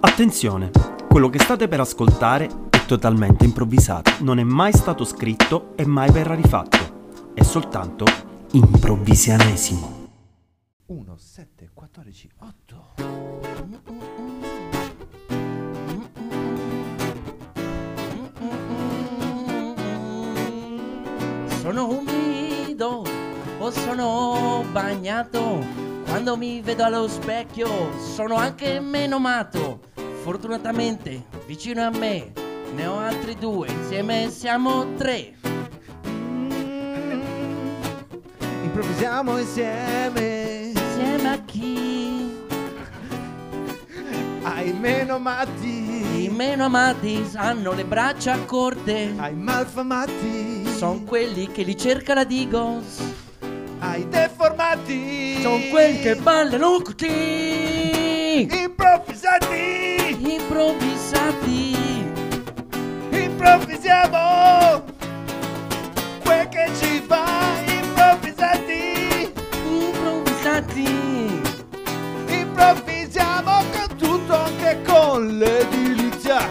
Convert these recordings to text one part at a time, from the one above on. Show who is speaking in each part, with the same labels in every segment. Speaker 1: Attenzione, quello che state per ascoltare è totalmente improvvisato, non è mai stato scritto e mai verrà rifatto, è soltanto improvvisianesimo.
Speaker 2: 1, 7, 14, 8.
Speaker 3: Sono umido o sono bagnato, quando mi vedo allo specchio sono anche meno matto. Fortunatamente vicino a me ne ho altri due, insieme siamo tre.
Speaker 2: Improvvisiamo insieme
Speaker 3: Insieme a chi?
Speaker 2: ai meno
Speaker 3: I
Speaker 2: matti,
Speaker 3: meno amati hanno le braccia corte,
Speaker 2: ai malfamati,
Speaker 3: son quelli che li cerca la Digos,
Speaker 2: ai deformati,
Speaker 3: son quelli che ballano così,
Speaker 2: improvvisati,
Speaker 3: improvvisati.
Speaker 2: improvvisiamo quel che ci fa, improvvisati,
Speaker 3: Improvvisati
Speaker 2: improvvisiamo con tutto anche con l'edilizia.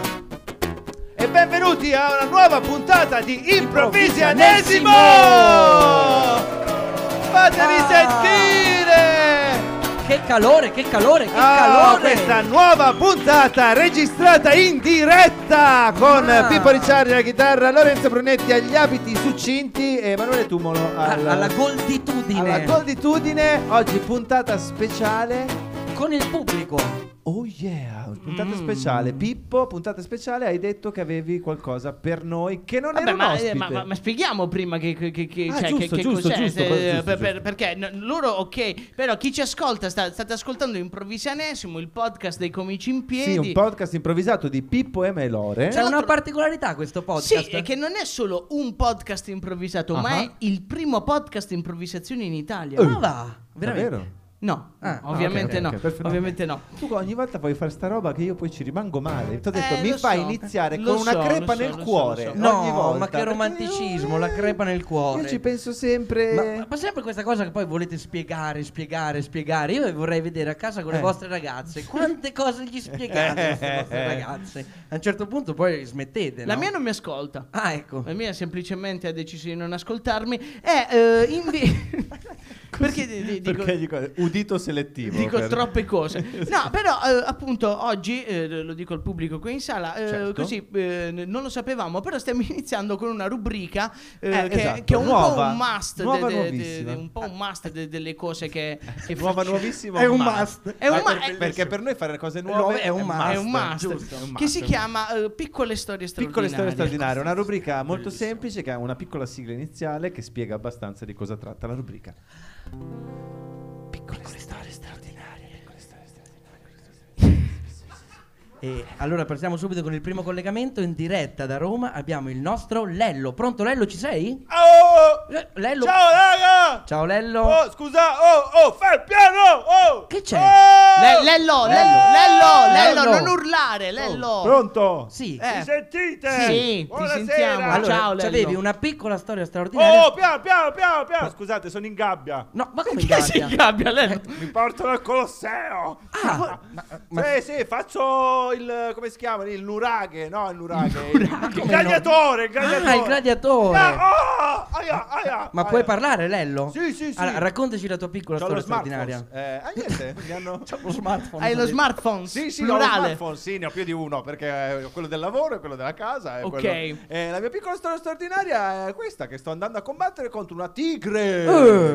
Speaker 2: E benvenuti a una nuova puntata di Improvvisianesimo! Fatemi
Speaker 3: Ah.
Speaker 2: sentire!
Speaker 3: Che calore, che calore, che
Speaker 2: Ah,
Speaker 3: calore
Speaker 2: questa nuova puntata registrata in diretta con
Speaker 3: Ah.
Speaker 2: Pippo Ricciardi alla chitarra, Lorenzo Brunetti agli abiti succinti e Emanuele Tumolo
Speaker 3: A-
Speaker 2: al-
Speaker 3: Alla golditudine
Speaker 2: alla golditudine. Oggi puntata speciale.
Speaker 3: Con il pubblico
Speaker 2: Oh yeah, puntata
Speaker 3: Mm.
Speaker 2: speciale. Pippo, puntata speciale, hai detto che avevi qualcosa per noi che non
Speaker 4: Vabbè,
Speaker 2: era un
Speaker 4: ma, eh,
Speaker 2: ospite.
Speaker 4: ma- ma- ma spieghiamo prima che, che, che- che-
Speaker 2: Ah,
Speaker 4: cioè,
Speaker 2: giusto,
Speaker 4: che- che
Speaker 2: giusto,
Speaker 4: cos'è,
Speaker 2: giusto,
Speaker 4: se-
Speaker 2: giusto, giusto.
Speaker 4: per- per- perché n- loro ok però chi ci ascolta sta- state ascoltando Improvvisanesimo il podcast dei comici in piedi
Speaker 2: Sì, un podcast improvvisato di Pippo Emma e Lore.
Speaker 3: C'è una
Speaker 4: l'altro-
Speaker 3: particolarità questo
Speaker 4: Eh, Sì,
Speaker 3: podcast
Speaker 4: è che non è solo un podcast improvvisato,
Speaker 2: Ah.
Speaker 4: ma è il primo podcast improvvisazione in Italia.
Speaker 3: Ma Ah, va, veramente
Speaker 2: Davvero?
Speaker 4: No,
Speaker 3: Ah, ah,
Speaker 4: ovviamente
Speaker 2: Oh. ok,
Speaker 4: no.
Speaker 2: ok, perfetto. Eh,
Speaker 4: Ovviamente no.
Speaker 2: Tu ogni volta puoi fare sta roba che io poi ci rimango male. Ti ho detto,
Speaker 4: Eh,
Speaker 2: mi
Speaker 4: lo
Speaker 2: fai
Speaker 4: so.
Speaker 2: iniziare
Speaker 4: Lo
Speaker 2: con una
Speaker 4: so,
Speaker 2: crepa
Speaker 4: lo so,
Speaker 2: nel
Speaker 4: lo so,
Speaker 2: cuore.
Speaker 4: lo so.
Speaker 2: ogni
Speaker 3: No,
Speaker 2: volta,
Speaker 3: ma che
Speaker 2: perché-
Speaker 3: romanticismo, la crepa nel cuore.
Speaker 2: Io ci penso sempre.
Speaker 3: ma, ma- ma sempre questa cosa che poi volete spiegare, spiegare, spiegare. Io vorrei vedere a casa con le
Speaker 2: Eh.
Speaker 3: vostre ragazze quante cose gli spiegate alle vostre ragazze. A un certo punto poi smettete.
Speaker 4: La
Speaker 3: no?
Speaker 4: mia non mi ascolta.
Speaker 3: Ah, ecco.
Speaker 4: La mia semplicemente ha deciso di non ascoltarmi. È eh, invi- perché, di- di- dico-
Speaker 2: Perché dico- udito selettivo.
Speaker 4: Dico
Speaker 2: per-
Speaker 4: troppe cose. No, però eh, appunto oggi, eh, lo dico al pubblico qui in sala, eh,
Speaker 2: Certo.
Speaker 4: così eh, n- non lo sapevamo, però stiamo iniziando con una rubrica eh,
Speaker 2: Eh,
Speaker 4: che,
Speaker 2: esatto,
Speaker 4: che è un po'
Speaker 2: nuova,
Speaker 4: un must, de-
Speaker 2: nuova,
Speaker 4: de- de-
Speaker 2: nuovissima.
Speaker 4: un po' un must de- delle cose che, che
Speaker 2: Nuova,
Speaker 4: facciamo.
Speaker 2: nuovissimo.
Speaker 3: È un
Speaker 2: ma-
Speaker 3: must.
Speaker 4: È un
Speaker 2: Ma
Speaker 4: ma-
Speaker 2: per-
Speaker 4: è-
Speaker 2: Perché per noi fare cose
Speaker 3: Nuove
Speaker 2: nuove
Speaker 3: è un must.
Speaker 4: È un must,
Speaker 3: giusto, è un
Speaker 4: che si chiama eh, Piccole storie
Speaker 2: Piccole
Speaker 4: straordinarie.
Speaker 2: storie straordinarie, una rubrica molto semplice che ha una piccola sigla iniziale che spiega abbastanza di cosa tratta la rubrica. Piccole storie straordinarie. Piccole storie straordinarie.
Speaker 3: E allora partiamo subito con il primo collegamento in diretta da Roma. Abbiamo il nostro Lello. Pronto Lello, ci sei?
Speaker 2: Oh!
Speaker 3: Eh, Lello.
Speaker 2: Ciao raga!
Speaker 3: Ciao, Lello.
Speaker 2: Oh, scusa, oh, oh, fai il piano! Oh!
Speaker 3: Che c'è?
Speaker 2: Oh!
Speaker 4: Le- Lello, Lello, Lello, Lello,
Speaker 3: Lello.
Speaker 4: non urlare, Lello.
Speaker 2: Oh, Pronto?
Speaker 3: Sì.
Speaker 4: Eh.
Speaker 2: Mi sentite?
Speaker 4: Sì, ti
Speaker 2: Buonasera.
Speaker 4: sentiamo.
Speaker 3: Allora,
Speaker 4: Ciao, Lello.
Speaker 3: c'avevi una piccola storia straordinaria.
Speaker 2: Oh, piano, piano, piano, piano. Scusate, sono in gabbia.
Speaker 3: No, ma come in
Speaker 4: Che si
Speaker 3: gabbia?
Speaker 4: gabbia, Lello?
Speaker 2: Eh, Mi portano al Colosseo.
Speaker 3: Ah, ma, ma-
Speaker 2: Sì, sì, faccio il come si chiama? Il nuraghe, no, il nuraghe.
Speaker 3: Ma
Speaker 2: Il,
Speaker 3: come
Speaker 2: il gladiatore, il gladiatore.
Speaker 3: Ah, il gladiatore.
Speaker 2: Ah, ah, aia, aia,
Speaker 3: ma
Speaker 2: aia.
Speaker 3: puoi parlare, Lello?
Speaker 2: Sì, sì, sì.
Speaker 3: Allora, raccontaci la tua piccola
Speaker 2: C'ho lo
Speaker 3: storia
Speaker 2: smartphone.
Speaker 3: straordinaria.
Speaker 2: Eh, ah, niente, mi hanno
Speaker 3: C'ho lo smartphone.
Speaker 4: Hai lo smartphone,
Speaker 2: Sì, sì, ho lo
Speaker 4: plurale.
Speaker 2: smartphone, sì, ne ho più di uno, perché eh, quello del lavoro e quello della casa. e
Speaker 4: Ok.
Speaker 2: quello- eh, la mia piccola storia straordinaria è questa, che sto andando a combattere contro una tigre.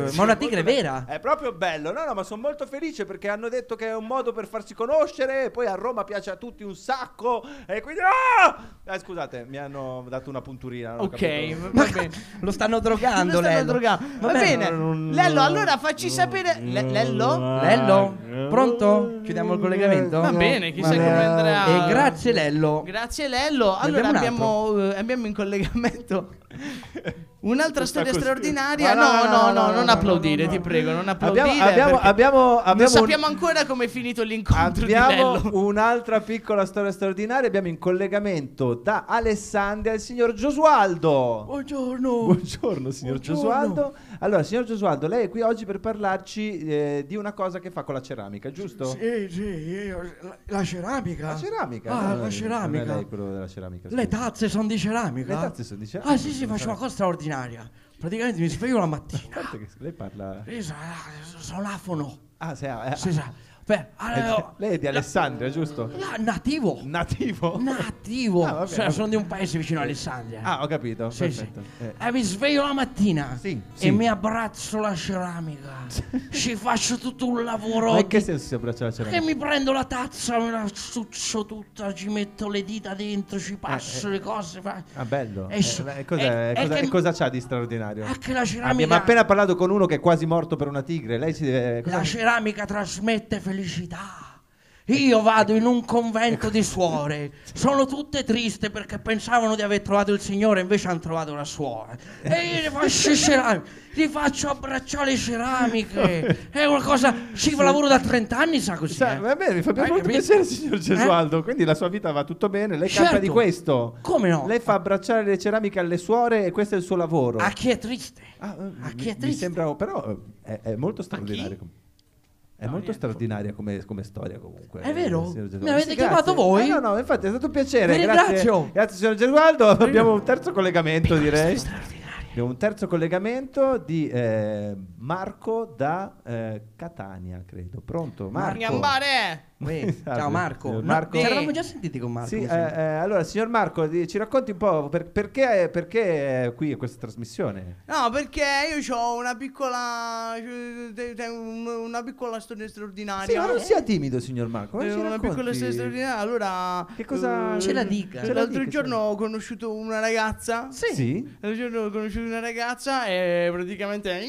Speaker 3: Eh,
Speaker 2: Sì,
Speaker 3: ma una tigre
Speaker 2: molto be-
Speaker 3: vera?
Speaker 2: È proprio bello, no, no, ma sono molto felice perché hanno detto che è un modo per farsi conoscere, e poi a Roma piace a tutti un sacco, e quindi... Ah! Eh, scusate, mi hanno dato una punturina. non ho
Speaker 4: Ok,
Speaker 2: capito.
Speaker 4: va bene.
Speaker 3: Lo stanno
Speaker 4: Lo
Speaker 3: drogando,
Speaker 4: stanno
Speaker 3: Lello.
Speaker 4: drogando. Va
Speaker 3: Vabbè.
Speaker 4: bene. Lello, allora facci sapere. Le- Lello?
Speaker 3: Lello, pronto? Chiudiamo il collegamento?
Speaker 4: Va bene, chissà
Speaker 3: Va bene.
Speaker 4: come andrà.
Speaker 3: E grazie, Lello.
Speaker 4: Grazie Lello.
Speaker 3: Ne
Speaker 4: Allora
Speaker 3: abbiamo un
Speaker 4: abbiamo, eh, abbiamo in collegamento un'altra storia
Speaker 2: così.
Speaker 4: straordinaria.
Speaker 2: No, no,
Speaker 4: No,
Speaker 2: no,
Speaker 4: no, no,
Speaker 2: no,
Speaker 4: non
Speaker 2: no,
Speaker 4: applaudire,
Speaker 2: no, no,
Speaker 4: ti prego, non applaudire.
Speaker 2: Abbiamo, abbiamo,
Speaker 4: perché
Speaker 2: abbiamo, abbiamo
Speaker 4: non
Speaker 2: un-
Speaker 4: sappiamo ancora come è finito l'incontro di
Speaker 2: Abbiamo
Speaker 4: Lello.
Speaker 2: un'altra piccola storia straordinaria. Abbiamo in collegamento da Alessandria il signor Giosualdo.
Speaker 3: Buongiorno.
Speaker 2: Buongiorno, signor
Speaker 3: Buongiorno.
Speaker 2: Giosualdo. Allora, signor Gesualdo, lei è qui oggi per parlarci eh, di una cosa che fa con la ceramica, giusto?
Speaker 3: Sì, sì, io- la, la ceramica.
Speaker 2: La ceramica.
Speaker 3: Ah,
Speaker 2: no, non
Speaker 3: la
Speaker 2: è
Speaker 3: ceramica.
Speaker 2: lei quello della ceramica.
Speaker 3: Le
Speaker 2: scusi.
Speaker 3: tazze sono di ceramica?
Speaker 2: Le tazze sono di ceramica,
Speaker 3: Ah sì, sì,
Speaker 2: sono
Speaker 3: faccio una
Speaker 2: ceramica.
Speaker 3: cosa straordinaria. Praticamente mi sveglio la mattina.
Speaker 2: A parte che lei parla.
Speaker 3: Io sono, sono afono.
Speaker 2: Ah, se ha- eh,
Speaker 3: Sì, sa. Beh, allora,
Speaker 2: lei è di Alessandria, giusto?
Speaker 3: la- nativo.
Speaker 2: Nativo?
Speaker 3: Nativo.
Speaker 2: Ah, vabbè,
Speaker 3: Cioè,
Speaker 2: vabbè.
Speaker 3: sono di un paese vicino a Alessandria.
Speaker 2: Ah, ho capito.
Speaker 3: Sì, sì.
Speaker 2: perfetto. Eh,
Speaker 3: E mi sveglio la mattina
Speaker 2: Sì,
Speaker 3: e
Speaker 2: sì.
Speaker 3: mi abbraccio la ceramica. Ci faccio tutto un lavoro.
Speaker 2: ma in che
Speaker 3: di-
Speaker 2: senso si abbraccia la ceramica?
Speaker 3: Che mi prendo la tazza, me la succio tutta, ci metto le dita dentro, ci passo le cose. fa-
Speaker 2: Ah, bello.
Speaker 3: E
Speaker 2: Eh,
Speaker 3: so-
Speaker 2: beh, cos'è-
Speaker 3: e- e
Speaker 2: cosa,
Speaker 3: che-
Speaker 2: e cosa c'ha di straordinario?
Speaker 3: eh, Anche la ceramica.
Speaker 2: Abbiamo appena parlato con uno che è quasi morto per una tigre. Lei si deve. eh, cosa-
Speaker 3: La ceramica trasmette felicità. Io vado in un convento di suore. Sono tutte triste perché pensavano di aver trovato il Signore, invece hanno trovato la suora. E io gli faccio, ceramica, gli faccio abbracciare le ceramiche. È una cosa. Ci lavoro da 30 anni, sa così.
Speaker 2: Sa-
Speaker 3: eh.
Speaker 2: va bene, mi fa
Speaker 3: Hai
Speaker 2: molto
Speaker 3: capito?
Speaker 2: piacere, signor
Speaker 3: Eh?
Speaker 2: Gesualdo. Quindi la sua vita va tutto bene. Lei canta
Speaker 3: Certo.
Speaker 2: di questo.
Speaker 3: Come no?
Speaker 2: Lei fa abbracciare le ceramiche alle suore e questo è il suo lavoro.
Speaker 3: A chi è triste?
Speaker 2: Ah, eh,
Speaker 3: a
Speaker 2: mi-
Speaker 3: chi è
Speaker 2: Mi
Speaker 3: triste?
Speaker 2: sembra, però eh, è, è molto straordinaria. com- È molto straordinaria come, come storia comunque.
Speaker 3: È vero?
Speaker 2: eh, signor Gesualdo.
Speaker 3: Mi avete
Speaker 2: Sì,
Speaker 3: chiamato
Speaker 2: grazie.
Speaker 3: voi?
Speaker 2: Eh, no, no, infatti è stato un piacere.
Speaker 3: Vi
Speaker 2: grazie,
Speaker 3: ringrazio.
Speaker 2: Grazie signor Gesualdo. Abbiamo un terzo collegamento direi. Abbiamo un terzo collegamento di eh, Marco da eh, Catania, credo. Pronto? Marco?
Speaker 4: Gnambare!
Speaker 3: Uè, ciao Marco.
Speaker 2: Signor
Speaker 3: No,
Speaker 2: Marco.
Speaker 3: Ci eravamo già sentiti con Marco.
Speaker 2: Sì,
Speaker 3: mi
Speaker 2: eh,
Speaker 3: sembra.
Speaker 2: eh, allora signor Marco, di- ci racconti un po' per- perché, perché è qui a questa trasmissione?
Speaker 4: No, perché io ho una piccola. te- te- un- Una piccola storia straordinaria.
Speaker 2: Sì, ma non sia timido, signor Marco. ma
Speaker 4: Eh,
Speaker 2: ci
Speaker 4: una
Speaker 2: racconti?
Speaker 4: piccola storia straordinaria. Allora,
Speaker 2: Che cosa-
Speaker 4: eh,
Speaker 2: Ce
Speaker 3: la dica.
Speaker 4: cioè,
Speaker 2: Ce la
Speaker 4: l'altro
Speaker 2: dica,
Speaker 4: giorno
Speaker 2: sì.
Speaker 4: ho conosciuto una ragazza.
Speaker 2: Sì. Sì?
Speaker 4: L'altro giorno ho conosciuto una ragazza e praticamente.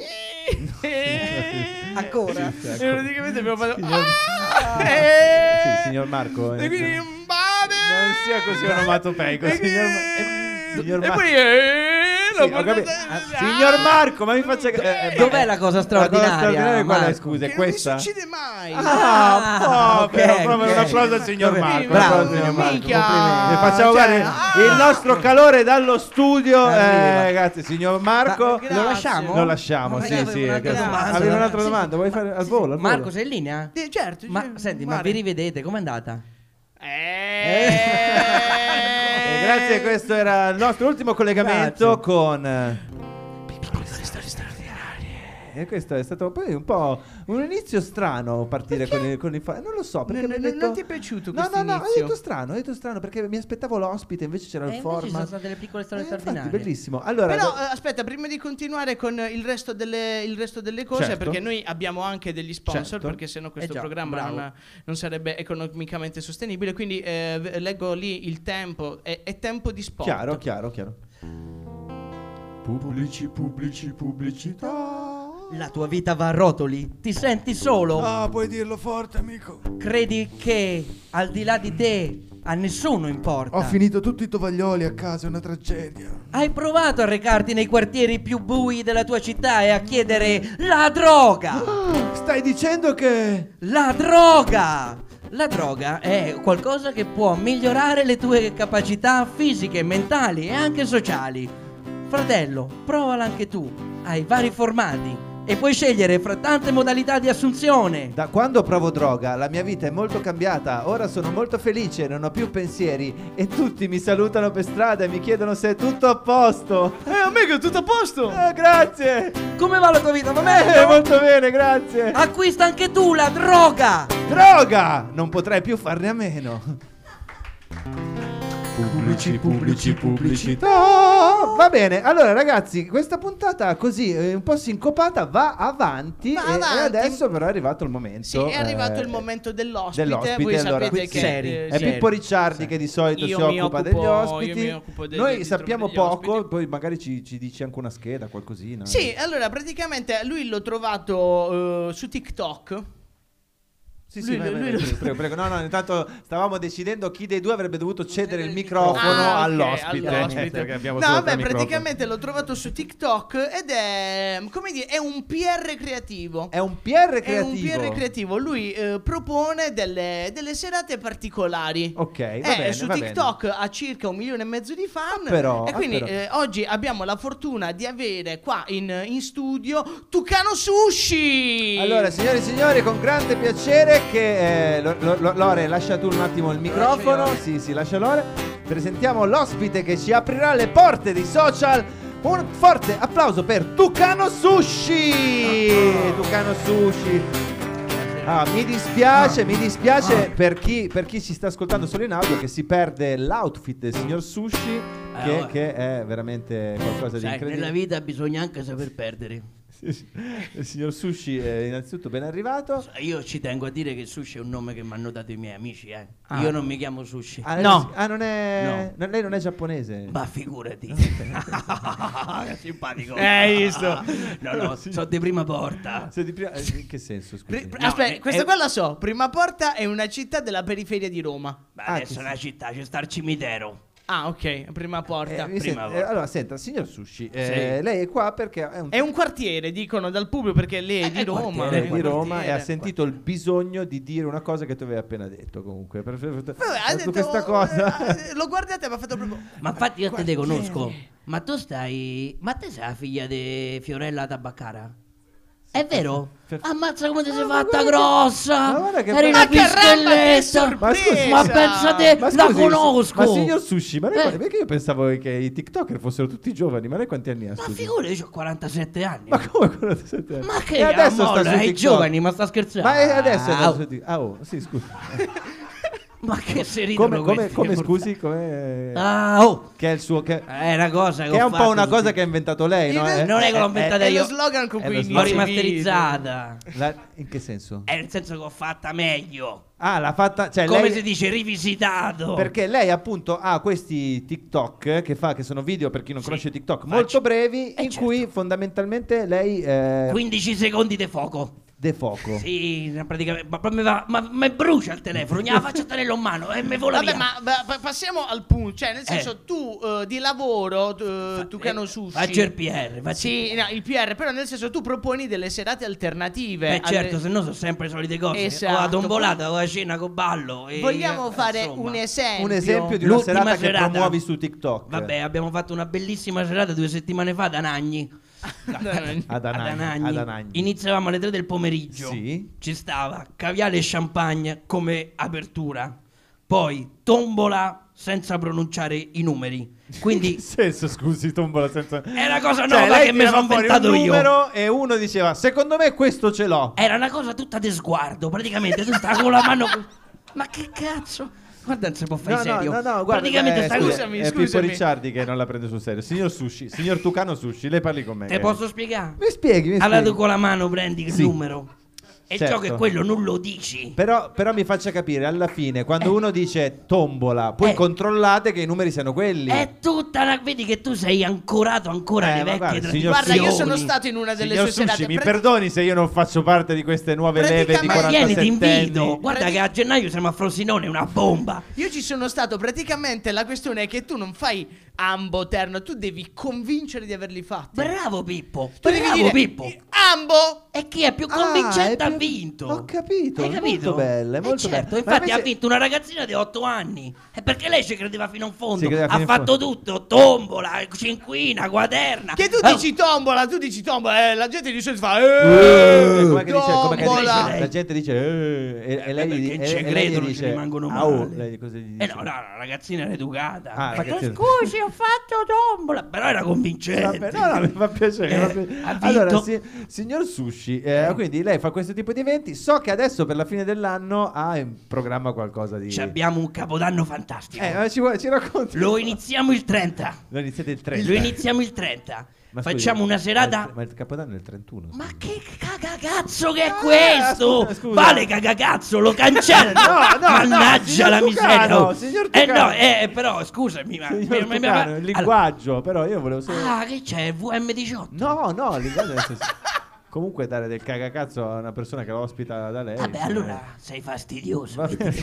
Speaker 3: Ancora?
Speaker 4: E praticamente abbiamo fatto.
Speaker 2: Signor-
Speaker 4: "Ah!"
Speaker 2: Sì, signor Marco,
Speaker 4: E
Speaker 2: eh,
Speaker 4: quindi.
Speaker 2: sì.
Speaker 4: "Mbade!"
Speaker 2: Non sia così onomatopeico,
Speaker 4: E
Speaker 2: signor Ma-
Speaker 4: che-
Speaker 2: signor
Speaker 4: E
Speaker 2: Ma-
Speaker 4: poi. eh, l'ho
Speaker 2: ho
Speaker 4: portata-
Speaker 2: capito. Ah, signor Marco, ma mi faccia eh, eh,
Speaker 3: Dov'è la cosa straordinaria,
Speaker 2: straordinaria qual è?
Speaker 3: Marco?
Speaker 2: Scusa, è
Speaker 4: Che non mi
Speaker 2: questa?
Speaker 4: succede mai.
Speaker 2: Ah,
Speaker 3: Ah,
Speaker 2: povero,
Speaker 3: ok,
Speaker 2: proprio
Speaker 3: ok.
Speaker 2: un applauso al signor
Speaker 4: Vabbè,
Speaker 2: Marco.
Speaker 3: bravo,
Speaker 2: un applauso al signor Marco,
Speaker 4: minchia.
Speaker 2: complimenti. Le facciamo
Speaker 4: Cioè,
Speaker 2: vedere
Speaker 4: ah.
Speaker 2: il nostro calore dallo studio.
Speaker 3: Arriva.
Speaker 2: Eh, grazie, signor Marco.
Speaker 4: Ma-
Speaker 3: Lo lasciamo?
Speaker 2: Lo lasciamo,
Speaker 3: Ma
Speaker 2: sì,
Speaker 3: avevo
Speaker 2: sì.
Speaker 3: un'altra
Speaker 2: grazie.
Speaker 3: domanda.
Speaker 2: Avevi un'altra
Speaker 3: Sì, sì,
Speaker 2: domanda, vuoi fare al volo? al
Speaker 5: Marco,
Speaker 2: volo?
Speaker 5: sei in linea?
Speaker 4: Sì, certo.
Speaker 5: Ma
Speaker 4: cioè,
Speaker 5: senti, ma
Speaker 4: guarda.
Speaker 5: vi rivedete, com'è andata?
Speaker 4: Eh.
Speaker 2: Eh, grazie, questo era il nostro ultimo collegamento
Speaker 3: Grazie.
Speaker 2: con... eh, E questo è stato poi un po' un inizio strano partire con il, con il fa- Non lo so, perché
Speaker 4: Non-
Speaker 2: mi ha
Speaker 4: non-
Speaker 2: detto-
Speaker 4: non ti è piaciuto
Speaker 2: No,
Speaker 4: questo
Speaker 2: no, no, ho
Speaker 4: inizio?
Speaker 2: detto strano, ho detto strano perché mi aspettavo l'ospite, invece c'era
Speaker 5: Eh,
Speaker 2: il
Speaker 5: invece ci
Speaker 2: format.
Speaker 5: sono state delle piccole storie
Speaker 2: Eh, infatti,
Speaker 5: straordinarie.
Speaker 2: bellissimo. Allora,
Speaker 4: Però
Speaker 2: do-
Speaker 4: eh, aspetta, prima di continuare con eh, il resto delle, il resto delle cose,
Speaker 2: Certo.
Speaker 4: perché noi abbiamo anche degli sponsor,
Speaker 2: Certo.
Speaker 4: perché sennò questo
Speaker 5: Eh già,
Speaker 4: programma
Speaker 5: bravo.
Speaker 4: non, non sarebbe economicamente sostenibile. Quindi eh, v- leggo lì il tempo, è, è tempo di sport.
Speaker 2: chiaro, chiaro, chiaro.
Speaker 1: Pubblici, pubblici, pubblicità.
Speaker 5: La tua vita va a rotoli, ti senti solo?
Speaker 3: Ah,
Speaker 5: puoi dirlo forte, amico. Credi che al di là di te a nessuno importa?
Speaker 6: Ho finito tutti i tovaglioli a casa, è una tragedia.
Speaker 5: Hai provato a recarti nei quartieri più bui della tua città e a chiedere la droga?
Speaker 2: Stai dicendo che
Speaker 5: La droga! La droga è qualcosa che può migliorare le tue capacità fisiche, mentali e anche sociali. Fratello, provala anche tu. Hai vari formati e puoi scegliere fra tante modalità di assunzione.
Speaker 2: da quando provo droga la mia vita è molto cambiata. Ora sono molto felice, non ho più pensieri e tutti mi salutano per strada e mi chiedono se è tutto a posto.
Speaker 4: Eh, amico, tutto a posto!
Speaker 2: Ah, grazie!
Speaker 5: Come va la tua vita? Va
Speaker 2: Eh,
Speaker 5: bene?
Speaker 2: molto bene, grazie.
Speaker 5: Acquista anche tu la droga!
Speaker 2: Droga! Non potrei più farne a meno.
Speaker 6: Pubblici, pubblici, pubblici.
Speaker 2: No! Va bene, allora ragazzi, questa puntata così eh, un po' sincopata va avanti.
Speaker 4: Va
Speaker 2: e- e,
Speaker 4: avanti.
Speaker 2: adesso però è arrivato il momento.
Speaker 4: Sì, è arrivato
Speaker 2: eh,
Speaker 4: il momento dell'ospite.
Speaker 2: dell'ospite.
Speaker 4: Voi
Speaker 2: allora,
Speaker 4: sapete
Speaker 2: qui-
Speaker 4: che
Speaker 5: seri.
Speaker 4: eh,
Speaker 2: È
Speaker 4: seri.
Speaker 2: Pippo Ricciardi che di solito
Speaker 4: Io
Speaker 2: si
Speaker 4: mi
Speaker 2: occupa
Speaker 4: occupo-
Speaker 2: degli
Speaker 4: io
Speaker 2: ospiti.
Speaker 4: mi occupo degli-
Speaker 2: Noi
Speaker 4: di
Speaker 2: sappiamo
Speaker 4: trovare degli
Speaker 2: poco,
Speaker 4: ospiti.
Speaker 2: poi magari ci, ci dici anche una scheda, qualcosina.
Speaker 4: Sì, allora praticamente lui l'ho trovato eh, su TikTok.
Speaker 2: Sì,
Speaker 4: Lui-
Speaker 2: sì, vai, vai,
Speaker 4: lui-
Speaker 2: vai,
Speaker 4: lui-
Speaker 2: prego, prego. No, no, intanto stavamo decidendo chi dei due avrebbe dovuto cedere il microfono
Speaker 4: Ah, ok,
Speaker 2: all'ospite.
Speaker 4: all'ospite.
Speaker 2: Perché abbiamo
Speaker 4: No,
Speaker 2: solo
Speaker 4: vabbè,
Speaker 2: tre microfoni.
Speaker 4: praticamente l'ho trovato su TikTok ed è come dire, è un PR creativo.
Speaker 2: È un PR
Speaker 4: È un
Speaker 2: creativo.
Speaker 4: PR creativo. Lui eh, propone delle, delle serate particolari.
Speaker 2: Ok, va
Speaker 4: Eh,
Speaker 2: bene,
Speaker 4: su
Speaker 2: va bene.
Speaker 4: TikTok ha circa un milione e mezzo di fan.
Speaker 2: Ah, però,
Speaker 4: e
Speaker 2: ah,
Speaker 4: quindi
Speaker 2: però.
Speaker 4: eh, oggi abbiamo la fortuna di avere qua in, in studio Tucano Sushi.
Speaker 2: Allora, signore e signori, con grande piacere che eh, lo- lo- lo- Lore, lascia tu un attimo il microfono. Sì, sì, lascia Lore. Presentiamo l'ospite che ci aprirà le porte dei social. Un forte applauso per Tucano
Speaker 3: Ah.
Speaker 2: Sushi! Tucano Sushi. Ah, mi dispiace, mi
Speaker 3: Ah.
Speaker 2: dispiace per chi, per chi ci sta ascoltando solo in audio che si perde l'outfit del signor Sushi, che,
Speaker 3: Eh, vabbè.
Speaker 2: che è veramente qualcosa di
Speaker 3: Sai,
Speaker 2: incredibile.
Speaker 3: nella vita bisogna anche saper perdere.
Speaker 2: Sì, sì. Il signor Sushi, eh, innanzitutto ben arrivato.
Speaker 3: Io ci tengo a dire che sushi è un nome che mi hanno dato i miei amici, eh.
Speaker 5: Ah.
Speaker 3: Io non mi chiamo sushi.
Speaker 2: Ah,
Speaker 4: No.
Speaker 2: Ah, non è. no, lei non è giapponese.
Speaker 3: Ma figurati. che simpatico.
Speaker 4: Eh, hai visto?
Speaker 3: No, no, sono di prima porta.
Speaker 2: Se di prima- eh, in che senso? Scusi.
Speaker 4: Pri- pri-
Speaker 3: No,
Speaker 4: Aspetta,
Speaker 3: eh,
Speaker 4: questa
Speaker 3: eh.
Speaker 4: qua la so. Prima porta è una città della periferia di Roma.
Speaker 3: Ma
Speaker 2: Ah,
Speaker 3: adesso
Speaker 2: che
Speaker 3: è una città, c'è sta il cimitero.
Speaker 4: Ah, ok, prima porta.
Speaker 2: Eh, mi
Speaker 3: prima
Speaker 2: senta-
Speaker 3: volta.
Speaker 2: eh, allora, senta, signor Sushi, eh, lei è qua perché è un.
Speaker 4: È un quartiere, dicono dal pubblico, perché lei è di
Speaker 3: è
Speaker 4: Roma. eh,
Speaker 3: quartiere,
Speaker 2: è Eh, di Roma e ha
Speaker 4: quartiere.
Speaker 2: sentito il bisogno di dire una cosa che tu avevi appena detto. Comunque, per, per- per-
Speaker 4: Vabbè, ha
Speaker 2: per
Speaker 4: detto,
Speaker 2: questa
Speaker 4: "Oh,
Speaker 2: cosa.
Speaker 4: eh, L'ho guardata e mi ha fatto proprio.
Speaker 2: Eh,
Speaker 3: Ma infatti io te te conosco. Ma tu stai. Ma te sei la figlia di Fiorella Tabaccara? È vero?
Speaker 2: per-
Speaker 3: Ammazza come ti sei
Speaker 2: ma
Speaker 3: fatta
Speaker 2: guarda che-
Speaker 3: grossa!
Speaker 2: ma guarda che-
Speaker 3: Eri
Speaker 4: Ma
Speaker 3: una
Speaker 4: caramba, che
Speaker 3: pischelletta!
Speaker 4: sorpresa!
Speaker 3: Ma pensate,
Speaker 2: Ma
Speaker 3: la
Speaker 2: scusi,
Speaker 3: conosco!
Speaker 2: Ma signor Sushi, ma lei,
Speaker 3: Eh.
Speaker 2: perché io pensavo che i TikToker fossero tutti giovani, ma lei quanti anni ha?
Speaker 3: Ma
Speaker 2: scusi?
Speaker 3: figurati, io ho 47 anni.
Speaker 2: Ma come quello di sette anni?
Speaker 3: Ma che
Speaker 2: E adesso
Speaker 3: amore,
Speaker 2: sta su
Speaker 3: ai
Speaker 2: TikTok.
Speaker 3: giovani, ma sta scherzando.
Speaker 2: Ma è adesso è andato
Speaker 3: Au.
Speaker 2: su TikTok. Ah, oh, sì, scusi.
Speaker 3: Ma che si ridono
Speaker 2: Come, come-
Speaker 3: questi,
Speaker 2: come,
Speaker 3: che
Speaker 2: scusi, come... eh,
Speaker 3: porca- Ah, oh,
Speaker 2: Che è il suo... Che,
Speaker 3: è una cosa che,
Speaker 2: che è
Speaker 3: ho
Speaker 2: un po'
Speaker 3: fatto
Speaker 2: una
Speaker 3: su
Speaker 2: cosa
Speaker 3: TikTok.
Speaker 2: che ha inventato lei, no?
Speaker 4: Non
Speaker 2: Eh,
Speaker 3: Non è che l'ho
Speaker 2: eh,
Speaker 3: inventata
Speaker 4: è
Speaker 3: io.
Speaker 4: lo slogan con
Speaker 2: È
Speaker 4: cui
Speaker 2: lo
Speaker 4: inizia
Speaker 3: L'ho
Speaker 2: slogan.
Speaker 4: il video.
Speaker 3: rimasterizzata.
Speaker 2: la- in che senso?
Speaker 3: È nel senso che ho fatta meglio.
Speaker 2: Ah, l'ha fatta... Cioè,
Speaker 3: Eh, Come
Speaker 2: lei- Oh.
Speaker 3: si dice, rivisitato.
Speaker 2: Perché lei appunto ha questi TikTok che fa, che sono video per chi non
Speaker 3: Sì,
Speaker 2: conosce TikTok,
Speaker 3: faccio-
Speaker 2: molto brevi,
Speaker 3: Eh,
Speaker 2: in
Speaker 3: certo.
Speaker 2: cui fondamentalmente lei eh,
Speaker 3: 15 secondi di fuoco.
Speaker 2: defoco.
Speaker 3: Sì, eh, praticamente. Ma, proprio mi va- ma- ma mi brucia il telefono. Gliela faccio tenere in mano e mi vola
Speaker 4: Vabbè,
Speaker 3: via.
Speaker 4: ma va- va- passiamo al punto. Cioè, nel senso,
Speaker 3: Eh.
Speaker 4: tu eh, di lavoro, tu,
Speaker 3: Fa-
Speaker 4: tu cano
Speaker 3: eh,
Speaker 4: sushi.
Speaker 3: Faccio il PR. Faccio
Speaker 4: Sì, no, il PR, però nel senso tu proponi delle serate alternative.
Speaker 3: Beh,
Speaker 4: alle-
Speaker 3: certo, se no sono sempre le solite cose.
Speaker 4: Esatto.
Speaker 3: O la tombolata, o la cena con ballo. e-
Speaker 4: Vogliamo fare
Speaker 3: eh, insomma.
Speaker 4: un esempio?
Speaker 2: Un esempio di una
Speaker 3: L'ultima
Speaker 2: serata,
Speaker 3: serata.
Speaker 2: che promuovi su TikTok.
Speaker 3: Vabbè, abbiamo fatto una bellissima serata due settimane fa ad Anagni.
Speaker 2: A Danagni, a Danagni.
Speaker 3: Iniziavamo alle 3 del pomeriggio.
Speaker 2: Sì.
Speaker 3: Ci stava caviale e champagne come apertura. Poi tombola senza pronunciare i numeri. Quindi
Speaker 2: senso, scusi, tombola senza...
Speaker 3: è una cosa
Speaker 2: Cioè,
Speaker 3: nuova
Speaker 2: lei
Speaker 3: che mi
Speaker 2: tirava
Speaker 3: sono
Speaker 2: fuori
Speaker 3: inventato
Speaker 2: un
Speaker 3: io.
Speaker 2: numero e uno diceva, secondo me questo ce l'ho.
Speaker 3: Era una cosa tutta di sguardo, praticamente tu sta con la mano. Ma che cazzo? Guarda, non si può fare
Speaker 2: No, no,
Speaker 3: serio.
Speaker 2: no, no, guarda,
Speaker 3: praticamente
Speaker 2: eh,
Speaker 3: sta
Speaker 2: scusi,
Speaker 3: cosa.
Speaker 4: Scusami,
Speaker 2: è Pippo
Speaker 4: scusami.
Speaker 2: Ricciardi che non la prende sul serio. Signor Sushi, signor Tucano Sushi, lei parli con me.
Speaker 3: Te
Speaker 2: che-
Speaker 3: posso spiegare?
Speaker 2: Mi spieghi, mi
Speaker 3: Allora tu
Speaker 2: spieghi.
Speaker 3: con la mano prendi il
Speaker 2: Eh. Sì.
Speaker 3: numero. E
Speaker 2: Certo.
Speaker 3: ciò che quello non lo dici.
Speaker 2: Però, però mi faccia capire, alla fine, quando uno dice tombola, poi
Speaker 3: Eh.
Speaker 2: controllate che i numeri siano quelli.
Speaker 3: È tutta una... Vedi che tu sei ancorato ancora
Speaker 2: Eh,
Speaker 3: alle
Speaker 2: ma
Speaker 3: vecchie
Speaker 2: guarda,
Speaker 3: tradizioni.
Speaker 2: signor
Speaker 4: Guarda, io
Speaker 2: Sushi.
Speaker 4: sono stato in una delle
Speaker 2: Signor
Speaker 4: sue serate.
Speaker 2: Sushi, mi
Speaker 4: Pre-
Speaker 2: perdoni se io non faccio parte di queste nuove leve di
Speaker 3: Ma
Speaker 4: Praticamente-
Speaker 2: 47
Speaker 3: vieni, ti invito.
Speaker 2: anni.
Speaker 3: Guarda
Speaker 4: Prati-
Speaker 3: che a gennaio siamo a Frosinone, una bomba.
Speaker 4: Io ci sono stato praticamente la questione è che tu non fai ambo terno, tu devi convincere di averli fatti.
Speaker 3: Bravo Pippo.
Speaker 4: Tu devi
Speaker 3: Bravo
Speaker 4: dire
Speaker 3: Pippo.
Speaker 4: ambo!
Speaker 3: E chi è più
Speaker 2: Ah,
Speaker 3: convincente
Speaker 2: è
Speaker 3: ha
Speaker 2: più-
Speaker 3: vinto.
Speaker 2: Ho capito,
Speaker 3: Hai
Speaker 2: è
Speaker 3: capito?
Speaker 2: molto bella, è
Speaker 3: Eh
Speaker 2: molto
Speaker 3: certo,
Speaker 2: bella. Ma
Speaker 3: infatti ha
Speaker 2: invece-
Speaker 3: vinto una ragazzina di 8 anni. E perché lei ci credeva fino in
Speaker 2: Ci
Speaker 3: fondo.
Speaker 2: credeva
Speaker 3: Ha
Speaker 2: fino in
Speaker 3: fatto
Speaker 2: fondo.
Speaker 3: tutto, tombola, cinquina, quaderna.
Speaker 4: Che tu
Speaker 2: Ah.
Speaker 3: Oh,
Speaker 4: dici tombola, tu dici tombola, eh, la gente di solito fa eh,
Speaker 2: Eh, com'è che dice, com'è che dice?
Speaker 4: tombola.
Speaker 3: lei?
Speaker 2: La gente dice eh, e, e lei
Speaker 3: perché
Speaker 2: gli- e-
Speaker 3: ci
Speaker 2: e lei
Speaker 3: credono,
Speaker 2: gli
Speaker 3: ci
Speaker 2: dice
Speaker 3: rimangono
Speaker 2: "Au",
Speaker 3: male.
Speaker 2: lei cosa gli dice?
Speaker 3: Eh no, no, la ragazzina era educata.
Speaker 2: Ah,
Speaker 3: Eh,
Speaker 2: ragazzina.
Speaker 3: Scusi, ho fatto tombola. Però era convincente.
Speaker 2: Vabbè, no, no, mi fa piacere.
Speaker 3: Eh,
Speaker 2: mi fa piacere.
Speaker 3: ha vinto.
Speaker 2: Allora, si- signor Sushi, eh, quindi lei fa questo tipo di eventi. So che adesso per la fine dell'anno ha in programma qualcosa di.
Speaker 3: Ci abbiamo un capodanno fantastico.
Speaker 2: Eh, ma ci, vuoi- ci racconti?
Speaker 3: Lo iniziamo il 30.
Speaker 2: Lo iniziate il 30.
Speaker 3: Lo iniziamo il 30.
Speaker 2: Ma scusi,
Speaker 3: Facciamo una
Speaker 2: Ma
Speaker 3: serata.
Speaker 2: il, ma il capodanno è il 31.
Speaker 3: Ma
Speaker 2: scusi.
Speaker 3: che cagacazzo che è
Speaker 2: Ah,
Speaker 3: questo?
Speaker 2: scusa, scusa.
Speaker 3: Vale cagacazzo, lo cancello.
Speaker 2: No, no,
Speaker 3: Mannaggia
Speaker 2: no,
Speaker 3: la
Speaker 2: signor
Speaker 3: miseria.
Speaker 2: Tucano,
Speaker 3: oh.
Speaker 2: signor
Speaker 3: eh
Speaker 2: Tucano.
Speaker 3: no, eh, però scusami, ma
Speaker 2: Signor
Speaker 3: ma- ma- ma-
Speaker 2: Tucano, il
Speaker 3: allora-
Speaker 2: linguaggio, però io volevo solo.
Speaker 3: ah, che c'è? VM18.
Speaker 2: No, no, il linguaggio nel senso- Comunque dare del cagacazzo a una persona che lo ospita da lei.
Speaker 3: Vabbè,
Speaker 2: insomma,
Speaker 3: allora sei fastidioso.
Speaker 2: Eh,
Speaker 3: eh,
Speaker 2: Va bene,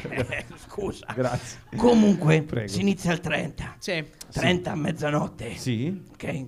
Speaker 3: Scusa.
Speaker 2: Grazie.
Speaker 3: Comunque,
Speaker 2: Prego.
Speaker 3: si inizia al 30.
Speaker 4: Sì.
Speaker 3: 30 a mezzanotte.
Speaker 2: eh. Sì.
Speaker 3: Ok?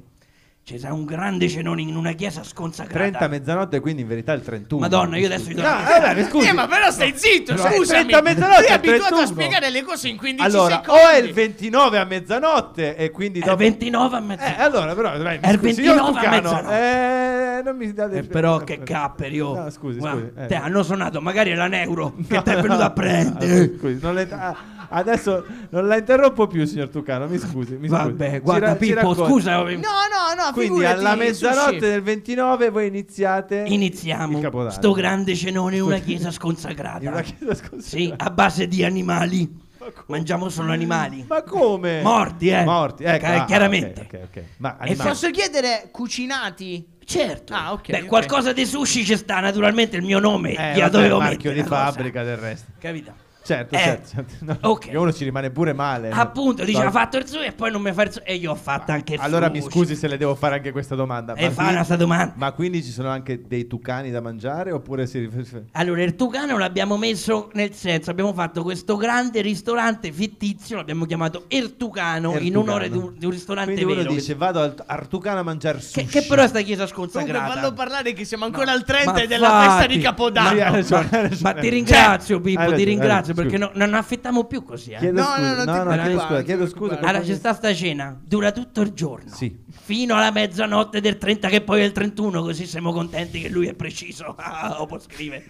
Speaker 3: Ci sarà un grande cenone in una chiesa sconsacrata. Eh,
Speaker 2: 30 a mezzanotte, quindi in verità il 31.
Speaker 3: Madonna, io adesso gli do
Speaker 2: No,
Speaker 3: la
Speaker 2: eh, vabbè, scusi.
Speaker 4: Eh, ma però stai zitto,
Speaker 2: Però-
Speaker 4: scusami.
Speaker 2: 30 a mezzanotte
Speaker 4: Sei
Speaker 2: al
Speaker 4: abituato
Speaker 2: 31.
Speaker 4: a spiegare le cose in 15
Speaker 2: Allora,
Speaker 4: secondi.
Speaker 2: o è il 29 a mezzanotte e quindi
Speaker 3: È il
Speaker 2: dopo...
Speaker 3: 29 a
Speaker 2: Eh,
Speaker 3: mezzanotte.
Speaker 2: allora, però... Dai, mi
Speaker 3: È il
Speaker 2: scusi, signor
Speaker 3: 29 a
Speaker 2: Tucano, Eh, non mi date...
Speaker 3: Eh, però che capperio.
Speaker 2: No, scusi,
Speaker 3: Guarda,
Speaker 2: scusi, eh.
Speaker 3: Te hanno suonato, magari è la Neuro che ti è venuto a
Speaker 2: Ah,
Speaker 3: prendere.
Speaker 2: scusi, non le- ah, adesso non la interrompo più, signor Tucano. Mi scusi. Mi scusi.
Speaker 3: Vabbè,
Speaker 2: Ci
Speaker 3: guarda
Speaker 2: ra- ci
Speaker 3: Pippo,
Speaker 2: racconti.
Speaker 3: scusa.
Speaker 4: No, no, no,
Speaker 2: Quindi
Speaker 4: Ah, figurati,
Speaker 2: alla mezzanotte
Speaker 4: sushi.
Speaker 2: del 29 voi iniziate.
Speaker 3: Iniziamo.
Speaker 2: il Capodanno.
Speaker 3: Sto grande cenone in una chiesa sconsacrata.
Speaker 2: In una chiesa scusa.
Speaker 3: Sì, a base di animali. Mangiamo solo animali.
Speaker 2: Ma come?
Speaker 3: ah, Morti, eh.
Speaker 2: Morti, ecco.
Speaker 3: Ca-
Speaker 2: ah,
Speaker 3: chiaramente.
Speaker 2: ok, ok, ok. Ma
Speaker 4: E
Speaker 2: animali.
Speaker 4: posso chiedere cucinati?
Speaker 3: Certo.
Speaker 4: Ah, ok,
Speaker 3: Beh,
Speaker 4: ok.
Speaker 3: qualcosa di sushi ci sta, naturalmente il mio nome.
Speaker 2: Eh,
Speaker 3: Gliela
Speaker 2: vabbè,
Speaker 3: dovevo
Speaker 2: marchio
Speaker 3: mettere.
Speaker 2: di
Speaker 3: la cosa.
Speaker 2: fabbrica del resto.
Speaker 3: Capito?
Speaker 2: Certo,
Speaker 3: Eh,
Speaker 2: certo. certo. No,
Speaker 3: ok.
Speaker 2: Che uno ci rimane pure male.
Speaker 3: Appunto, dice
Speaker 2: Eh, No.
Speaker 3: ha fatto il suo e poi non mi fa il suo. E io ho fatto anche il suo.
Speaker 2: Allora mi scusi se le devo fare anche questa domanda.
Speaker 3: E
Speaker 2: ma
Speaker 3: fa
Speaker 2: qui-
Speaker 3: una sta domanda.
Speaker 2: Ma quindi ci sono anche dei tucani da mangiare oppure si rif-
Speaker 3: Allora, il Tucano l'abbiamo messo nel senso, abbiamo fatto questo grande ristorante fittizio, l'abbiamo chiamato Il Tucano, in
Speaker 2: Ertucano.
Speaker 3: onore di un, di un ristorante
Speaker 2: Quindi uno
Speaker 3: vero.
Speaker 2: dice vado al Artucano a mangiare sushi.
Speaker 3: che, che però è sta chiesa
Speaker 4: Comunque
Speaker 3: sconsacrata.
Speaker 4: fallo parlare che siamo ancora al 30
Speaker 3: Ma
Speaker 4: e della
Speaker 3: infatti,
Speaker 4: festa di Capodanno.
Speaker 2: Sì, eh, hai ragione, hai
Speaker 3: Ma
Speaker 2: ragione.
Speaker 3: ti ringrazio, Pippo,
Speaker 2: hai ragione,
Speaker 3: ti
Speaker 2: hai
Speaker 3: ringrazio
Speaker 2: ragione,
Speaker 3: perché
Speaker 2: scusa.
Speaker 3: no- non affettiamo più così. eh.
Speaker 2: Chiedo
Speaker 4: No,
Speaker 2: scusa,
Speaker 4: no, non ti
Speaker 2: chiedo
Speaker 4: preoccupare,
Speaker 2: scusa, chiedo
Speaker 4: non ti
Speaker 2: scusa.
Speaker 4: preoccupare.
Speaker 3: Allora,
Speaker 2: qualcuno-
Speaker 3: c'è sta sta cena, dura tutto il giorno.
Speaker 2: Sì.
Speaker 3: Fino alla mezzanotte del 30 che poi è il 31, così siamo contenti che lui è preciso. Ah, Dopo scrive.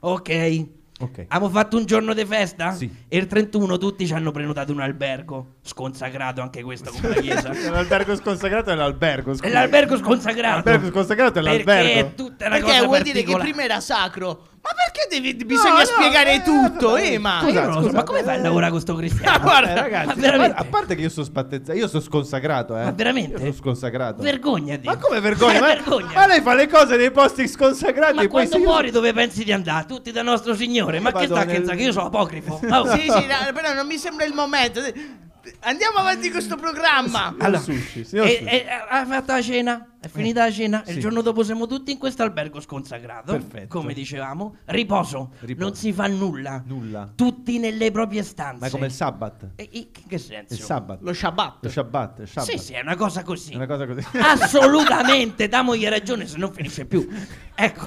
Speaker 3: Ok.
Speaker 2: Ok.
Speaker 3: Abbiamo fatto un giorno di festa?
Speaker 2: Sì.
Speaker 3: E il 31 tutti ci hanno prenotato un albergo, sconsacrato anche questo come la chiesa.
Speaker 2: L'albergo sconsacrato è l'albergo,
Speaker 3: E
Speaker 2: scusa.
Speaker 3: l'albergo sconsacrato.
Speaker 2: L'albergo sconsacrato è
Speaker 3: Perché
Speaker 2: l'albergo.
Speaker 3: è tutta una
Speaker 4: Perché
Speaker 3: cosa
Speaker 4: vuol dire che
Speaker 3: particolare.
Speaker 4: prima era sacro. Ma perché devi- bisogna
Speaker 2: no,
Speaker 4: spiegare
Speaker 2: eh,
Speaker 4: tutto,
Speaker 2: eh,
Speaker 4: eh, ma...
Speaker 3: Ma io non lo so,
Speaker 2: Scusa,
Speaker 3: ma come fai a
Speaker 2: eh.
Speaker 3: lavorare con sto
Speaker 4: Ah,
Speaker 3: cristiano?
Speaker 4: guarda,
Speaker 2: Eh,
Speaker 3: ma
Speaker 2: ragazzi, a par-
Speaker 3: veramente?
Speaker 2: a parte che io sono spattezzato, io sono sconsacrato, eh.
Speaker 3: Ma veramente?
Speaker 2: Io sono sconsacrato.
Speaker 3: Vergognati.
Speaker 2: ma come vergogna? ma,
Speaker 3: vergogna.
Speaker 2: ma lei fa le cose nei posti sconsacrati
Speaker 3: Ma
Speaker 2: e poi
Speaker 3: quando
Speaker 2: se io-
Speaker 3: muori dove pensi di andare? Tutti da nostro Signore. Ma che sta
Speaker 2: Madonna.
Speaker 3: che sa che io sono apocrifo? Oh.
Speaker 4: Sì, sì, no, però non mi sembra il momento. Andiamo avanti con questo programma.
Speaker 2: Signor sushi, signor
Speaker 3: E,
Speaker 2: sushi.
Speaker 3: e- eh, ha fatto la cena, è finita la cena. e Il
Speaker 2: sì.
Speaker 3: giorno dopo siamo tutti in questo albergo sconsacrato.
Speaker 2: Perfetto.
Speaker 3: Come dicevamo, riposo.
Speaker 2: Riposo.
Speaker 3: Non si fa nulla.
Speaker 2: Nulla.
Speaker 3: Tutti nelle proprie stanze.
Speaker 2: Ma è come il sabbat?
Speaker 3: E- e- in che senso?
Speaker 2: Il sabbat.
Speaker 4: Lo Shabbat.
Speaker 2: Lo Shabbat, il Shabbat.
Speaker 3: Sì, sì, è una cosa così.
Speaker 2: È una cosa così.
Speaker 3: Assolutamente, damogli ragione se non finisce più. Ecco,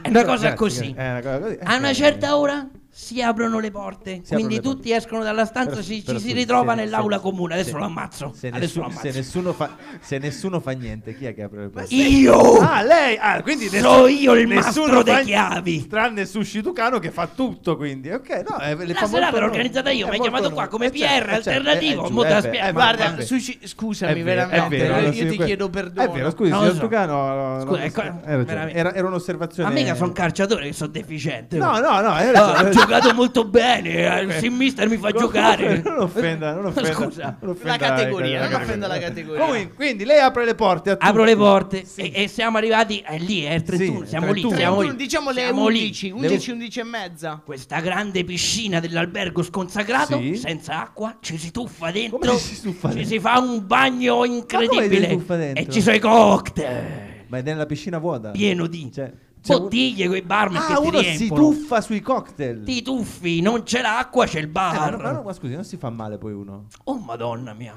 Speaker 3: è una cosa
Speaker 2: Grazie,
Speaker 3: così.
Speaker 2: grazie. È una cosa così.
Speaker 3: A una
Speaker 2: Eh,
Speaker 3: certa ora si aprono le porte,
Speaker 2: Si aprono
Speaker 3: quindi
Speaker 2: le porte.
Speaker 3: tutti escono dalla stanza,
Speaker 2: Però-
Speaker 3: ci, ci
Speaker 2: però
Speaker 3: si
Speaker 2: scusi,
Speaker 3: ritrova
Speaker 2: se-
Speaker 3: nell'aula
Speaker 2: se-
Speaker 3: comune. Adesso
Speaker 2: se-
Speaker 3: lo ammazzo.
Speaker 2: Se
Speaker 3: adesso lo
Speaker 2: nessuno,
Speaker 3: ammazzo.
Speaker 2: se, nessuno fa, se nessuno fa niente, chi è che apre le porte?
Speaker 3: Io!
Speaker 2: Ah, lei! Ah, quindi
Speaker 3: So io il
Speaker 2: nessuno
Speaker 3: mastro
Speaker 2: fa-
Speaker 3: dei chiavi.
Speaker 2: Tranne Sushi Tucano che fa tutto, quindi. Ok, no, eh, le
Speaker 3: La
Speaker 2: fa
Speaker 3: serata
Speaker 2: molto
Speaker 3: l'ho
Speaker 2: onore.
Speaker 3: organizzata io,
Speaker 2: Eh,
Speaker 3: mi hai
Speaker 2: molto
Speaker 3: chiamato
Speaker 2: onore.
Speaker 3: qua come
Speaker 2: Eh, certo,
Speaker 3: PR
Speaker 2: eh, certo,
Speaker 3: alternativo,
Speaker 2: eh, giù,
Speaker 3: mo te la
Speaker 2: eh, beh,
Speaker 3: spiego.
Speaker 2: eh,
Speaker 4: Guarda,
Speaker 2: vabbè.
Speaker 4: Sushi, scusami,
Speaker 2: È vero,
Speaker 4: veramente.
Speaker 2: è vero,
Speaker 4: io
Speaker 2: sì,
Speaker 4: ti
Speaker 2: que-
Speaker 4: chiedo perdono.
Speaker 2: È vero, scusi,
Speaker 3: Non lo
Speaker 2: signor
Speaker 3: so.
Speaker 2: Tucano.
Speaker 3: Scusa,
Speaker 2: no,
Speaker 3: ecco,
Speaker 2: hai ragione.
Speaker 3: veramente.
Speaker 2: era, era un'osservazione.
Speaker 3: Ma mica sono calciatore che sono deficiente.
Speaker 2: cioè, eh. No, no, no. eh,
Speaker 3: Ah, ha
Speaker 2: adesso-
Speaker 3: giocato molto bene, eh, il mister mi fa giocare.
Speaker 2: Non offenda, non offenda.
Speaker 3: Scusa,
Speaker 2: non offenda
Speaker 4: La categoria, non
Speaker 2: categoria.
Speaker 4: offendo la categoria.
Speaker 2: Comunque, quindi lei apre le porte a tutti.
Speaker 3: Apro le porte e, e siamo arrivati eh, lì, è il 31,
Speaker 2: Sì,
Speaker 3: siamo
Speaker 2: 31.
Speaker 3: lì, siamo
Speaker 4: 31,
Speaker 3: lì.
Speaker 4: diciamo le
Speaker 3: siamo lì.
Speaker 4: 11, 11, 11 e mezza.
Speaker 3: Questa grande piscina dell'albergo sconsacrato,
Speaker 2: Sì.
Speaker 3: senza acqua, ci si tuffa dentro.
Speaker 2: Come ci si tuffa
Speaker 3: ci
Speaker 2: dentro?
Speaker 3: si fa un bagno incredibile.
Speaker 2: si tuffa dentro?
Speaker 3: e ci sono i cocktail.
Speaker 2: Ma è nella piscina vuota?
Speaker 3: pieno di
Speaker 2: Cioè, c'è un-
Speaker 3: bottiglie con i barman
Speaker 2: Ah,
Speaker 3: che ti
Speaker 2: uno si
Speaker 3: riempiono.
Speaker 2: tuffa sui cocktail.
Speaker 3: Ti tuffi, non c'è l'acqua, c'è il
Speaker 2: Eh, ma,
Speaker 3: bar.
Speaker 2: ma- ma- ma scusi, non si fa male poi uno?
Speaker 3: Oh madonna mia.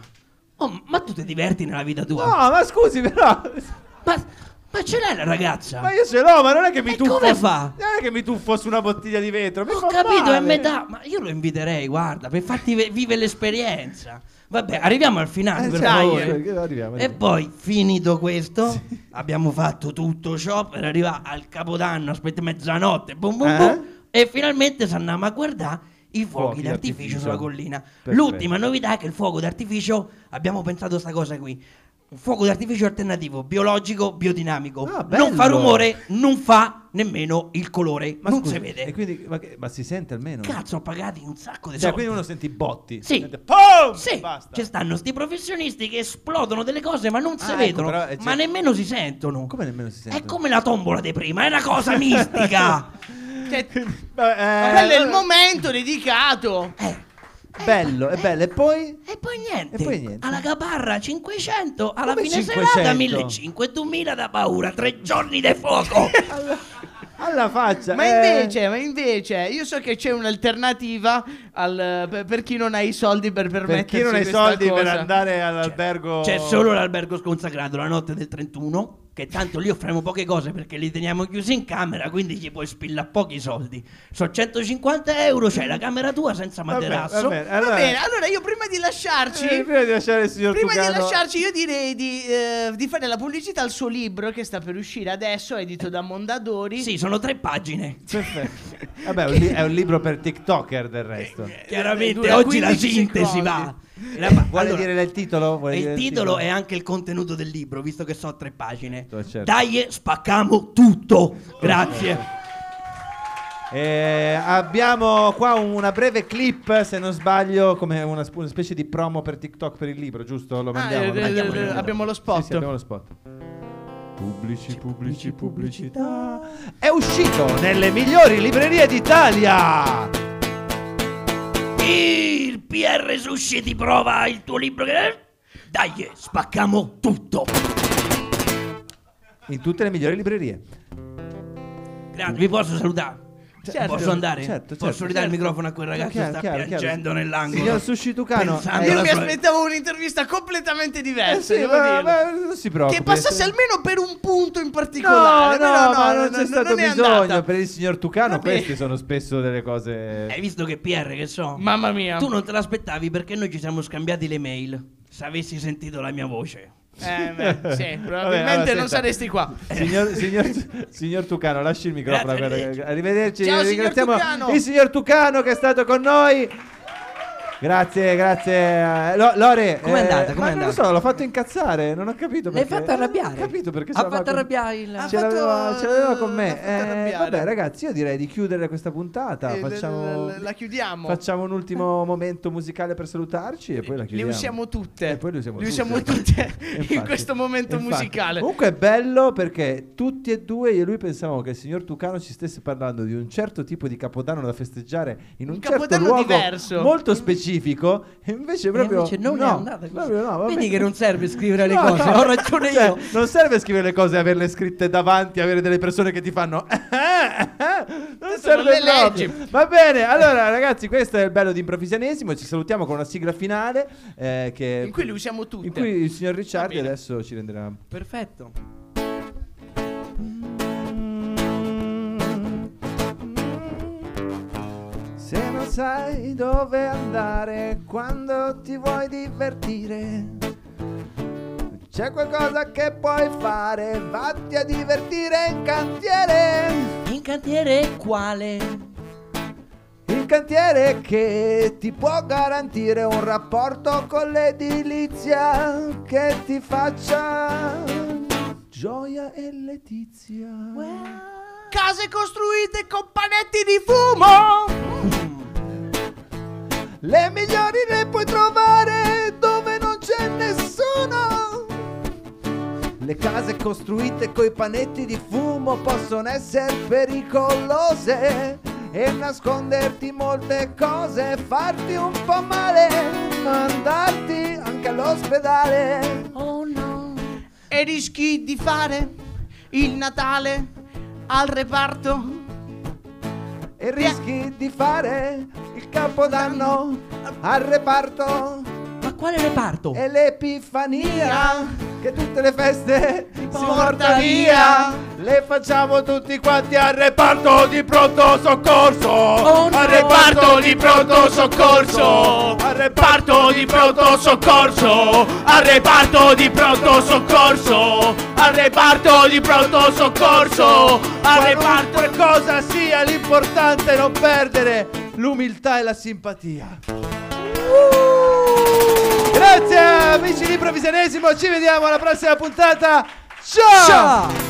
Speaker 3: Oh, ma tu ti diverti nella vita
Speaker 2: No,
Speaker 3: tua?
Speaker 2: ma scusi, però.
Speaker 3: Ma, ma ce l'hai la ragazza?
Speaker 2: Ma io ce l'ho, ma non è che mi
Speaker 3: E
Speaker 2: tuffo.
Speaker 3: come fa?
Speaker 2: Non è che mi tuffo su una bottiglia di vetro. Mi
Speaker 3: Ho
Speaker 2: fa
Speaker 3: capito,
Speaker 2: male.
Speaker 3: è metà. Ma io lo inviterei, guarda, per farti ve- vivere l'esperienza. Vabbè, arriviamo al finale,
Speaker 2: Eh,
Speaker 3: per
Speaker 2: dai,
Speaker 3: favore.
Speaker 2: eh, che arriviamo,
Speaker 3: E
Speaker 2: arriviamo.
Speaker 3: poi, finito questo, abbiamo fatto tutto ciò per arrivare al capodanno, aspetta mezzanotte, bum bum
Speaker 2: Eh?
Speaker 3: bum, e finalmente si andiamo a guardare i fuochi
Speaker 2: Fuochi
Speaker 3: d'artificio
Speaker 2: d'artificio.
Speaker 3: sulla collina.
Speaker 2: Perfetto.
Speaker 3: L'ultima novità è che il fuoco d'artificio, abbiamo pensato a sta cosa qui. Un fuoco d'artificio alternativo, biologico, biodinamico.
Speaker 2: Ah, bello!
Speaker 3: non fa rumore, non fa nemmeno il colore,
Speaker 2: Ma
Speaker 3: non
Speaker 2: scusi,
Speaker 3: si vede.
Speaker 2: E quindi, ma, che- ma si sente almeno?
Speaker 3: Cazzo, ho pagato un sacco di
Speaker 2: Cioè,
Speaker 3: soldi.
Speaker 2: quindi uno sente i botti.
Speaker 3: Sì.
Speaker 2: Sente, "Pum!"
Speaker 3: Sì,
Speaker 2: Basta.
Speaker 3: ci stanno sti professionisti che esplodono delle cose ma non si
Speaker 2: Ah, ecco,
Speaker 3: vedono,
Speaker 2: però, eh,
Speaker 3: ma
Speaker 2: c'è-
Speaker 3: nemmeno si sentono.
Speaker 2: Come nemmeno si sente?
Speaker 3: È come la tombola di prima, è una cosa mistica.
Speaker 2: Beh,
Speaker 4: Cioè,
Speaker 2: eh,
Speaker 4: quello è il
Speaker 2: allora-
Speaker 4: momento dedicato.
Speaker 3: Eh,
Speaker 2: bello, è bello. E poi?
Speaker 3: E poi niente.
Speaker 2: E poi niente.
Speaker 3: Alla gabarra 500, alla
Speaker 2: Come
Speaker 3: fine
Speaker 2: 500?
Speaker 3: serata 1500, 2000 da paura, tre giorni di fuoco.
Speaker 2: Alla faccia.
Speaker 4: Ma
Speaker 2: eh.
Speaker 4: invece, ma invece, io so che c'è un'alternativa al- per, per chi non ha i soldi per
Speaker 2: Per
Speaker 4: permettersi
Speaker 2: chi non ha i
Speaker 4: questa
Speaker 2: soldi per
Speaker 4: cosa.
Speaker 2: andare all'albergo...
Speaker 3: C'è solo l'albergo sconsacrato la notte del 31, che tanto lì offriamo poche cose perché li teniamo chiusi in camera, quindi ci puoi spillare pochi soldi. So 150 euro, c'hai la camera tua senza
Speaker 2: Vabbè,
Speaker 3: materasso.
Speaker 2: vabbè,
Speaker 4: Va
Speaker 2: allora-
Speaker 4: bene, allora io prima di lasciarci...
Speaker 2: Eh, prima di lasciare il signor
Speaker 4: Prima di
Speaker 2: Tucano-
Speaker 4: lasciarci, io direi di, eh, di fare la pubblicità al suo libro che sta per uscire adesso, edito da Mondadori.
Speaker 3: Sì, sono tre pagine.
Speaker 2: Perfetto. Vabbè, è un li- è un libro per TikToker del
Speaker 4: Eh,
Speaker 2: resto.
Speaker 3: Chiaramente
Speaker 4: Dura
Speaker 3: oggi la
Speaker 4: 15
Speaker 3: sintesi
Speaker 4: secondi.
Speaker 3: va. La- ma-
Speaker 2: Eh, Vuole
Speaker 3: allora,
Speaker 2: dire il titolo? Vuole
Speaker 3: e
Speaker 2: dire
Speaker 3: il titolo e anche il contenuto del libro, visto che sono tre pagine.
Speaker 4: eh.
Speaker 2: Certo, certo.
Speaker 3: Dai, spaccamo tutto. Grazie.
Speaker 2: Eh, abbiamo qua una breve clip, se non sbaglio, come una, sp- una specie di promo per TikTok per il libro, giusto? Lo
Speaker 4: Ah,
Speaker 2: mandiamo.
Speaker 4: eh,
Speaker 2: lo
Speaker 4: eh,
Speaker 2: mandiamo,
Speaker 4: eh,
Speaker 2: lo mandiamo.
Speaker 4: abbiamo lo
Speaker 2: Sì, sì,
Speaker 4: spot.
Speaker 2: abbiamo lo spot.
Speaker 6: Pubblici, pubblici, pubblicità.
Speaker 2: È uscito nelle migliori librerie d'Italia.
Speaker 3: Il PR Sushi ti prova il tuo libro. che- Dai, spaccamo tutto.
Speaker 2: In tutte le migliori librerie.
Speaker 3: Grazie. Vi posso salutare?
Speaker 2: Certo.
Speaker 3: posso andare?
Speaker 2: Certo,
Speaker 3: posso
Speaker 2: certo,
Speaker 3: ridare
Speaker 2: certo.
Speaker 3: il microfono a quel ragazzo
Speaker 2: Chiaro,
Speaker 3: che sta
Speaker 2: chiaro, chiaro.
Speaker 3: piangendo nell'angolo.
Speaker 2: Signor Sushi Tucano,
Speaker 3: Pensando
Speaker 2: eh,
Speaker 4: Io
Speaker 3: alla
Speaker 4: mi
Speaker 3: sua-
Speaker 4: aspettavo un'intervista completamente
Speaker 2: Eh
Speaker 4: diversa,
Speaker 2: sì,
Speaker 4: devo
Speaker 2: ma,
Speaker 4: dirlo.
Speaker 2: ma non si preoccupi.
Speaker 4: che
Speaker 2: adesso-
Speaker 4: passasse almeno per un punto in
Speaker 2: No,
Speaker 4: particolare.
Speaker 2: no,
Speaker 4: Però
Speaker 2: ma non c'è
Speaker 4: non-
Speaker 2: stato
Speaker 4: non è
Speaker 2: bisogno.
Speaker 4: andata.
Speaker 2: Per il signor Tucano,
Speaker 4: Va bene. Eh,
Speaker 2: queste sono spesso delle cose.
Speaker 3: Hai visto che PR che so?
Speaker 4: Mamma mia.
Speaker 3: Tu non te l'aspettavi perché noi ci siamo scambiati le mail. Se avessi sentito la mia voce.
Speaker 4: Eh, beh, sì, probabilmente
Speaker 2: Vabbè, allora, senta.
Speaker 4: non saresti qua.
Speaker 2: Signor, signor- signor Tucano, lasci il microfono.
Speaker 3: Grazie,
Speaker 2: guarda,
Speaker 3: arrivederci.
Speaker 2: arrivederci.
Speaker 4: Ciao, signor
Speaker 2: Ringraziamo
Speaker 4: Tucano.
Speaker 2: il signor Tucano che è stato con noi. Grazie, grazie. Lo- Lore, eh,
Speaker 5: Com'è andata? Com'è
Speaker 2: ma non lo
Speaker 5: andata?
Speaker 2: so, l'ho fatto incazzare, non ho capito
Speaker 5: L'hai
Speaker 2: perché.
Speaker 5: fatto arrabbiare.
Speaker 2: Non ho capito perché
Speaker 5: Ha
Speaker 2: ce l'aveva
Speaker 5: fatto
Speaker 2: con-
Speaker 5: arrabbiare il...
Speaker 4: Ah,
Speaker 2: Ce
Speaker 4: Ha fatto-
Speaker 2: l'aveva, ce l'aveva con
Speaker 4: l'ha
Speaker 2: me.
Speaker 4: fatto
Speaker 2: Eh,
Speaker 4: arrabbiare.
Speaker 2: vabbè, ragazzi, io direi di chiudere questa puntata.
Speaker 4: Eh,
Speaker 2: facciamo,
Speaker 4: l- l- la chiudiamo.
Speaker 2: facciamo un ultimo momento musicale per salutarci e poi la
Speaker 4: Le
Speaker 2: chiudiamo.
Speaker 4: usiamo tutte.
Speaker 2: E poi le usiamo tutte.
Speaker 4: tutte in
Speaker 2: Infatti,
Speaker 4: questo momento
Speaker 2: infatti.
Speaker 4: musicale.
Speaker 2: Comunque è bello perché tutti e due io e lui pensavamo che il signor Tucano ci stesse parlando di un certo tipo di capodanno da festeggiare in un,
Speaker 4: Un
Speaker 2: certo
Speaker 4: Capodanno
Speaker 2: luogo
Speaker 4: diverso.
Speaker 2: molto specifico e invece proprio
Speaker 5: invece non è
Speaker 2: no,
Speaker 5: andata così.
Speaker 2: proprio no, vabbè.
Speaker 5: Vedi che non serve scrivere le
Speaker 2: No,
Speaker 5: cose,
Speaker 2: no.
Speaker 5: ho ragione
Speaker 2: Cioè,
Speaker 5: io.
Speaker 2: Non serve scrivere le cose e averle scritte davanti, avere delle persone che ti fanno. "Eh, eh, eh", non serve
Speaker 4: le
Speaker 2: proprio.
Speaker 4: leggi.
Speaker 2: Va bene, allora ragazzi, questo è il bello di improvvisanesimo. Ci salutiamo con una sigla finale eh, che-
Speaker 4: In cui le usiamo tutte.
Speaker 2: in cui il signor Ricciardi
Speaker 4: Va bene.
Speaker 2: adesso ci renderà
Speaker 4: Perfetto.
Speaker 2: Se non sai dove andare quando ti vuoi divertire, c'è qualcosa che puoi fare, vatti a divertire in cantiere.
Speaker 3: In cantiere quale?
Speaker 2: Il cantiere che ti può garantire un rapporto con l'edilizia che ti faccia gioia e letizia.
Speaker 4: Case costruite con panetti di fumo.
Speaker 2: Le migliori le puoi trovare dove non c'è nessuno. Le case costruite coi panetti di fumo possono essere pericolose e nasconderti molte cose, farti un po' male, mandarti anche all'ospedale.
Speaker 3: Oh no.
Speaker 4: E rischi di fare il Natale al reparto.
Speaker 2: e rischi di fare il capodanno al reparto
Speaker 3: Ma quale reparto?
Speaker 2: e l'epifania che tutte le feste si porta via
Speaker 4: porta via.
Speaker 2: le facciamo tutti quanti al reparto di pronto soccorso
Speaker 3: no.
Speaker 2: al reparto di pronto soccorso al reparto di pronto soccorso al reparto di pronto soccorso al reparto di pronto soccorso al reparto cosa sia l'importante è non perdere l'umiltà e la simpatia Grazie amici di Provisionesimo, ci vediamo alla prossima puntata. Ciao!
Speaker 5: Ciao!